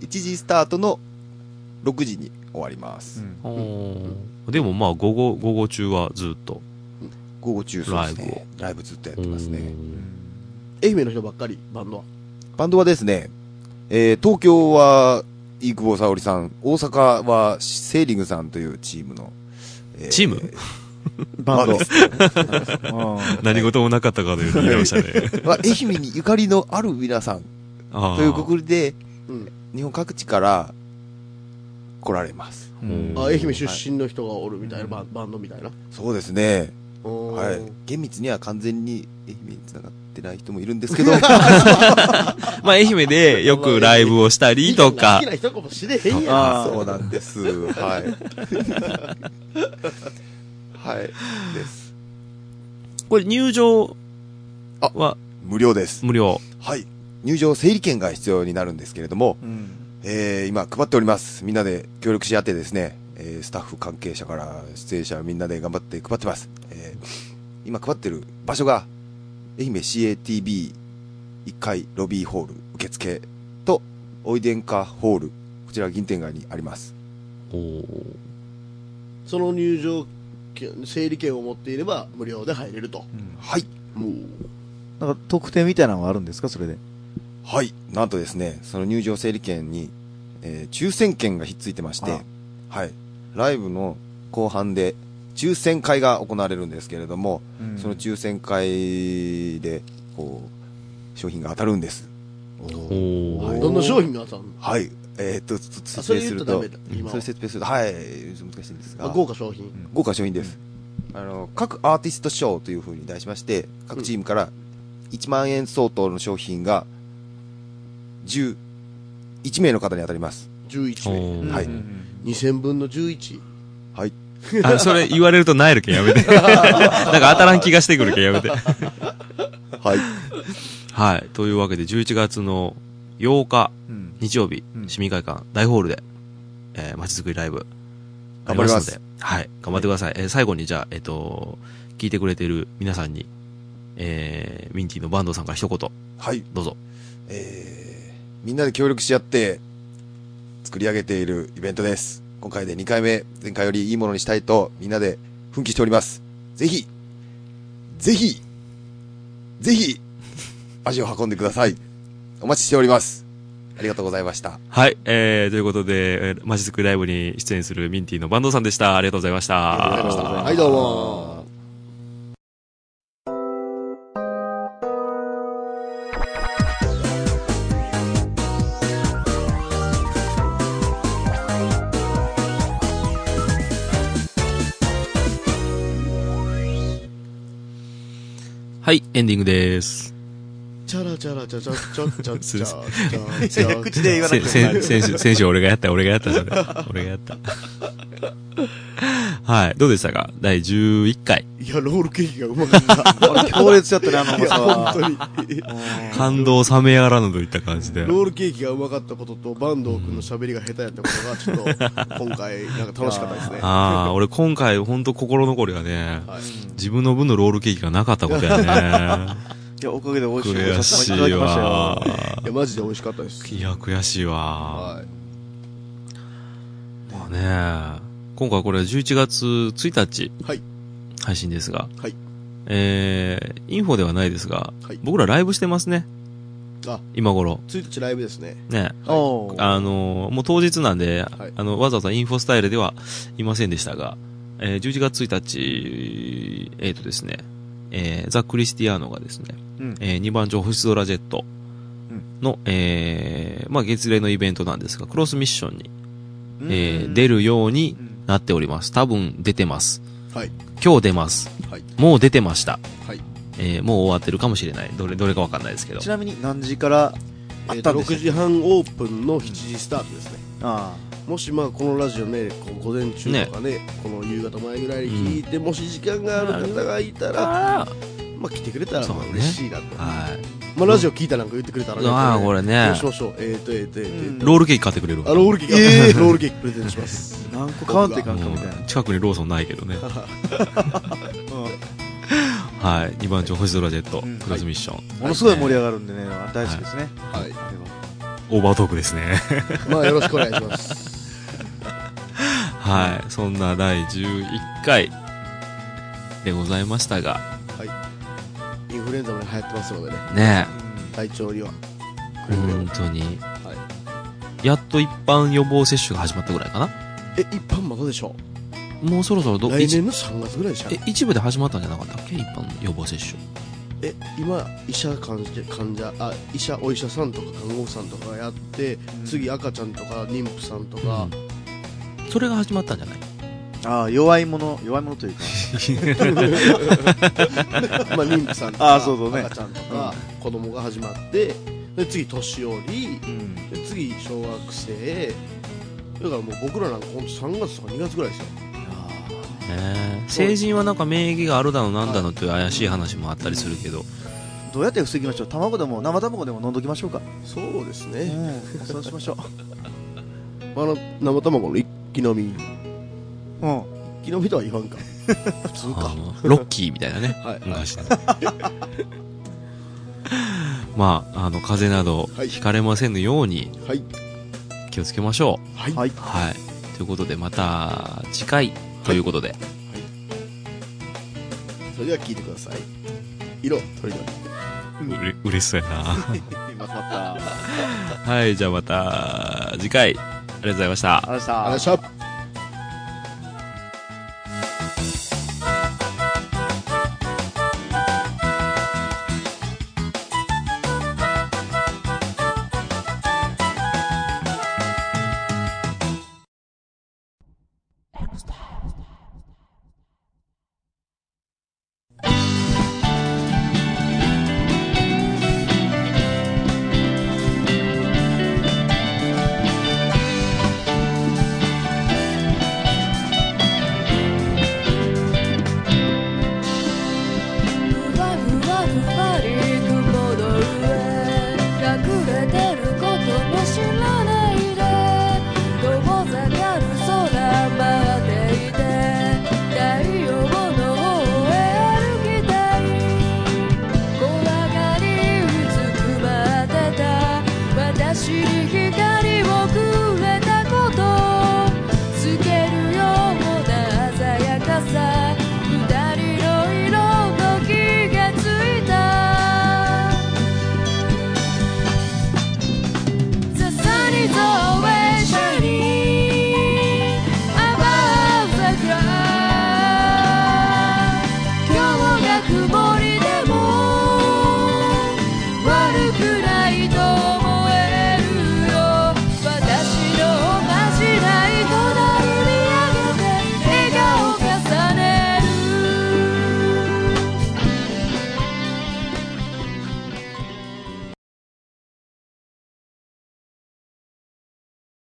[SPEAKER 7] 1時スタートの6時に終わります。
[SPEAKER 5] でもまあ午後、午後中はずっと。
[SPEAKER 7] 午後中、そうですね。ライブずっとやってますね。
[SPEAKER 4] 愛媛の人ばっかり、バンドは。
[SPEAKER 7] バンドはですね、えー東京は、飯久保沙織さん、大阪は、セーリングさんというチームの、え
[SPEAKER 5] チーム
[SPEAKER 6] バンド。うん
[SPEAKER 5] 何事もなかったかというふうに言いました <laughs> ね。
[SPEAKER 7] まあ、愛媛にゆかりのある皆さん
[SPEAKER 5] あー
[SPEAKER 7] というくくりで、
[SPEAKER 4] うん
[SPEAKER 7] 日本各地から来られます。
[SPEAKER 5] うん
[SPEAKER 4] あ、愛媛出身の人がおるみたいな、バンバンドみたいな。
[SPEAKER 7] そうですね。
[SPEAKER 4] は
[SPEAKER 7] はい。厳密には完全に愛媛に繋がってない人もいるんですけど、
[SPEAKER 5] まあ愛媛でよくライブをしたりとか
[SPEAKER 4] 好き、な人かもしれへんやん。
[SPEAKER 6] あ
[SPEAKER 7] <laughs> そうなんです。はい。はい。です。
[SPEAKER 5] これ入場は
[SPEAKER 7] 無料です。
[SPEAKER 5] 無料。
[SPEAKER 7] はい。入場整理券が必要になるんですけれども、
[SPEAKER 6] うん
[SPEAKER 7] えー、今配っております。みんなで協力し合ってですね、えー、スタッフ関係者から出演者みんなで頑張って配ってます。えー、今配ってる場所が、愛媛 CATB1 階ロビーホール受付と、おいでんかホール、こちら銀天街にあります。
[SPEAKER 4] その入場券、整理券を持っていれば無料で入れると。
[SPEAKER 7] はい。
[SPEAKER 6] なんか特典みたいなのがあるんですかそれで。
[SPEAKER 7] はい。なんとですね、その入場整理券に、えー、抽選券がひっついてまして
[SPEAKER 6] あ、
[SPEAKER 7] はい。ライブの後半で、抽選会が行われるんですけれども、その抽選会で、こう、商品が当たるんです。
[SPEAKER 5] お
[SPEAKER 4] どんな商品が当たるの
[SPEAKER 7] はい。えーっと、ちょっと
[SPEAKER 4] あそ
[SPEAKER 7] 説
[SPEAKER 4] れ
[SPEAKER 7] 明す
[SPEAKER 4] 言うと
[SPEAKER 7] る
[SPEAKER 4] ダ
[SPEAKER 7] と
[SPEAKER 4] メだ、。今
[SPEAKER 7] そ
[SPEAKER 4] は
[SPEAKER 7] れ。説明すると、はい、難しいんです
[SPEAKER 4] あ
[SPEAKER 7] が、
[SPEAKER 4] 豪華商品。
[SPEAKER 7] 豪華商品です。あの、各アーティスト賞というふうに題しまして、各チームから1万円相当の商品が、11名の方に当たります。
[SPEAKER 4] 11名。
[SPEAKER 5] お
[SPEAKER 7] はい。
[SPEAKER 4] 2000分の11。
[SPEAKER 7] はい。
[SPEAKER 5] あそれ言われるとなえるけん <laughs> やめて。なんか当たらん気がしてくるけんやめ <laughs> て。
[SPEAKER 7] はい。
[SPEAKER 5] はい。というわけで11月の8日
[SPEAKER 6] うん
[SPEAKER 5] 日曜日
[SPEAKER 6] う、ん
[SPEAKER 5] 市民会館大ホールで、えー、まちづくりライブ、
[SPEAKER 7] 頑張ります
[SPEAKER 5] あので、はい、頑張ってください。えー最後にじゃあ、えっ、と、聞いてくれてる皆さんに、えー、ミンティのバンドさんから一言、
[SPEAKER 7] はい。
[SPEAKER 5] どうぞ。
[SPEAKER 7] えー、みんなで協力し合って作り上げているイベントです。今回で2回目、前回よりいいものにしたいとみんなで奮起しております。ぜひ、ぜひ、ぜひ、足を運んでください。お待ちしております。あありがとうございました。
[SPEAKER 5] はい、えー、ということで、えーマジスクライブに出演するミンティのバンドさんでした。ありがとうございました。
[SPEAKER 4] はい、どうも。
[SPEAKER 5] はい、エンディングです。
[SPEAKER 1] チャラチャラチャチャチャチャチャチャチ
[SPEAKER 3] いや
[SPEAKER 1] ャ。
[SPEAKER 3] 口で言わな
[SPEAKER 5] せ
[SPEAKER 3] くても
[SPEAKER 5] 先先週、先週俺がやった、俺がやった、それ。俺がやった。はい、どうでしたか第11回。
[SPEAKER 1] いや、ロールケーキがうまかった。
[SPEAKER 6] 強烈やったね、あの重さは。
[SPEAKER 1] 本当に。
[SPEAKER 5] 感動冷めやらぬといった感じで。
[SPEAKER 1] ロールケーキがうまかったことと、坂東くんの喋りが下手やったことが、ちょっと、今回、なんか楽しかったですね。
[SPEAKER 5] ああ、俺今回ほんと心残りがね、
[SPEAKER 1] はい
[SPEAKER 5] 自分の分のロールケーキがなかったことやね。
[SPEAKER 6] いや、おかげで美味しい
[SPEAKER 5] 悔
[SPEAKER 6] おさせ
[SPEAKER 5] して
[SPEAKER 6] いただ
[SPEAKER 5] い
[SPEAKER 6] きましたよ。
[SPEAKER 5] わ。
[SPEAKER 1] いや、マジで美味しかったです。
[SPEAKER 5] いや、悔しいわ。
[SPEAKER 1] はい。
[SPEAKER 5] まあね、今回これ11月1日、
[SPEAKER 1] はい
[SPEAKER 5] 配信ですが、
[SPEAKER 1] はい
[SPEAKER 5] えー、インフォではないですが、
[SPEAKER 1] はい
[SPEAKER 5] 僕らライブしてますね。
[SPEAKER 1] あ
[SPEAKER 5] 今頃。
[SPEAKER 1] 1日ライブですね。
[SPEAKER 5] ね。
[SPEAKER 6] おう
[SPEAKER 5] あのーもう当日なんで、
[SPEAKER 1] い
[SPEAKER 5] あの、わざわざインフォスタイルではいませんでしたが、えー11月1日、えっ、とですね、えーザ・クリスティアーノがですね、
[SPEAKER 6] うん
[SPEAKER 5] え2番上星空ジェットの、えーまあ月例のイベントなんですが、クロスミッションに、えー出るようになっております。多分出てます。
[SPEAKER 1] はい
[SPEAKER 5] 今日出ます。
[SPEAKER 1] はい
[SPEAKER 5] もう出てました。
[SPEAKER 1] はい
[SPEAKER 5] えーもう終わってるかもしれない。どれ、どれかわかんないですけど
[SPEAKER 6] ち。なみに何時からあ
[SPEAKER 1] え
[SPEAKER 6] っ
[SPEAKER 1] ったと
[SPEAKER 6] んです
[SPEAKER 1] 6
[SPEAKER 6] か
[SPEAKER 1] 時半オープンの7時スタートですね。
[SPEAKER 6] あ
[SPEAKER 1] もしまあこのラジオね、こう午前中とかね、この夕方前ぐらいに聞いて、もし時間がある方がいたら、
[SPEAKER 5] あ
[SPEAKER 1] まあ来てくれたらまあ
[SPEAKER 5] そうね
[SPEAKER 1] 嬉しいなと。
[SPEAKER 5] ーはい。
[SPEAKER 1] まあラジオ聞いたなんか言ってくれたら
[SPEAKER 5] ああ、これね
[SPEAKER 1] どう。しましょう。えっと、えっと、えっとえーと。
[SPEAKER 5] ロールケーキ買ってくれるわ
[SPEAKER 1] あ、ロールケーキ、
[SPEAKER 6] ええ
[SPEAKER 1] ロールケーキプレゼントします。
[SPEAKER 6] あ。何個買わんといかんかみたいな。
[SPEAKER 5] うん近くにローソンないけど
[SPEAKER 1] <laughs>
[SPEAKER 5] ねはい2番長星空ジェット、
[SPEAKER 6] うん
[SPEAKER 5] クロスミッション、
[SPEAKER 6] ものすごい盛り上がるんでね、大好きですね。
[SPEAKER 1] はい。
[SPEAKER 5] オーバートークですね
[SPEAKER 1] まあよろしくお願いします。
[SPEAKER 5] はいそんな第11回でございましたが
[SPEAKER 1] インフルエンザもね流行ってますのでね、
[SPEAKER 5] ね
[SPEAKER 1] 体調には。
[SPEAKER 5] え本当に、やっと一般予防接種が始まったぐらいかな
[SPEAKER 1] え、一般まだでしょ
[SPEAKER 5] もうそろそろど
[SPEAKER 1] 来
[SPEAKER 5] 一
[SPEAKER 1] 年の3月ぐらいじゃん
[SPEAKER 5] え。一部で始まったんじゃなかったっけ一般予防接種
[SPEAKER 1] え今医者患者患者あ医者お医者さんとか看護婦さんとかがやって、次赤ちゃんとか妊婦さんとか、
[SPEAKER 5] それが始まったんじゃない
[SPEAKER 6] ああ、弱い者、弱い者というか。
[SPEAKER 1] まあ、妊婦さんと
[SPEAKER 6] <laughs> あー
[SPEAKER 1] か
[SPEAKER 6] そうそうね
[SPEAKER 1] 赤ちゃんとか、子供が始まってで次年寄りで次小学生だからもう僕らなんかほんと3月とか2月ぐらいですよ
[SPEAKER 5] ねえ成人はなんか免疫があるだのなんだのという怪しい話もあったりするけど
[SPEAKER 6] どうやって防ぎましょう卵でも、生卵でも飲んどきましょうか。
[SPEAKER 1] そうです
[SPEAKER 6] う
[SPEAKER 1] ね、
[SPEAKER 6] ん。そうしましょ
[SPEAKER 1] あの生卵の一気飲み
[SPEAKER 6] う。うん。
[SPEAKER 1] 一気飲みとは言わんか普通
[SPEAKER 5] あ
[SPEAKER 1] か
[SPEAKER 5] のロッキーみたいなね、
[SPEAKER 1] はい
[SPEAKER 5] 昔の <laughs> まああの風邪など
[SPEAKER 1] はい
[SPEAKER 5] ひかれませぬように
[SPEAKER 1] はい
[SPEAKER 5] 気をつけましょ
[SPEAKER 1] はい、
[SPEAKER 6] はい。
[SPEAKER 5] うはいということでまた次回ということで、
[SPEAKER 1] それでは聞いてください色とりどり
[SPEAKER 5] うれ嬉しそうや
[SPEAKER 1] <laughs>
[SPEAKER 5] な
[SPEAKER 6] また。ありがとう
[SPEAKER 5] はいじゃあまた次回ありがとうございました
[SPEAKER 6] ございました
[SPEAKER 1] ありがとうございました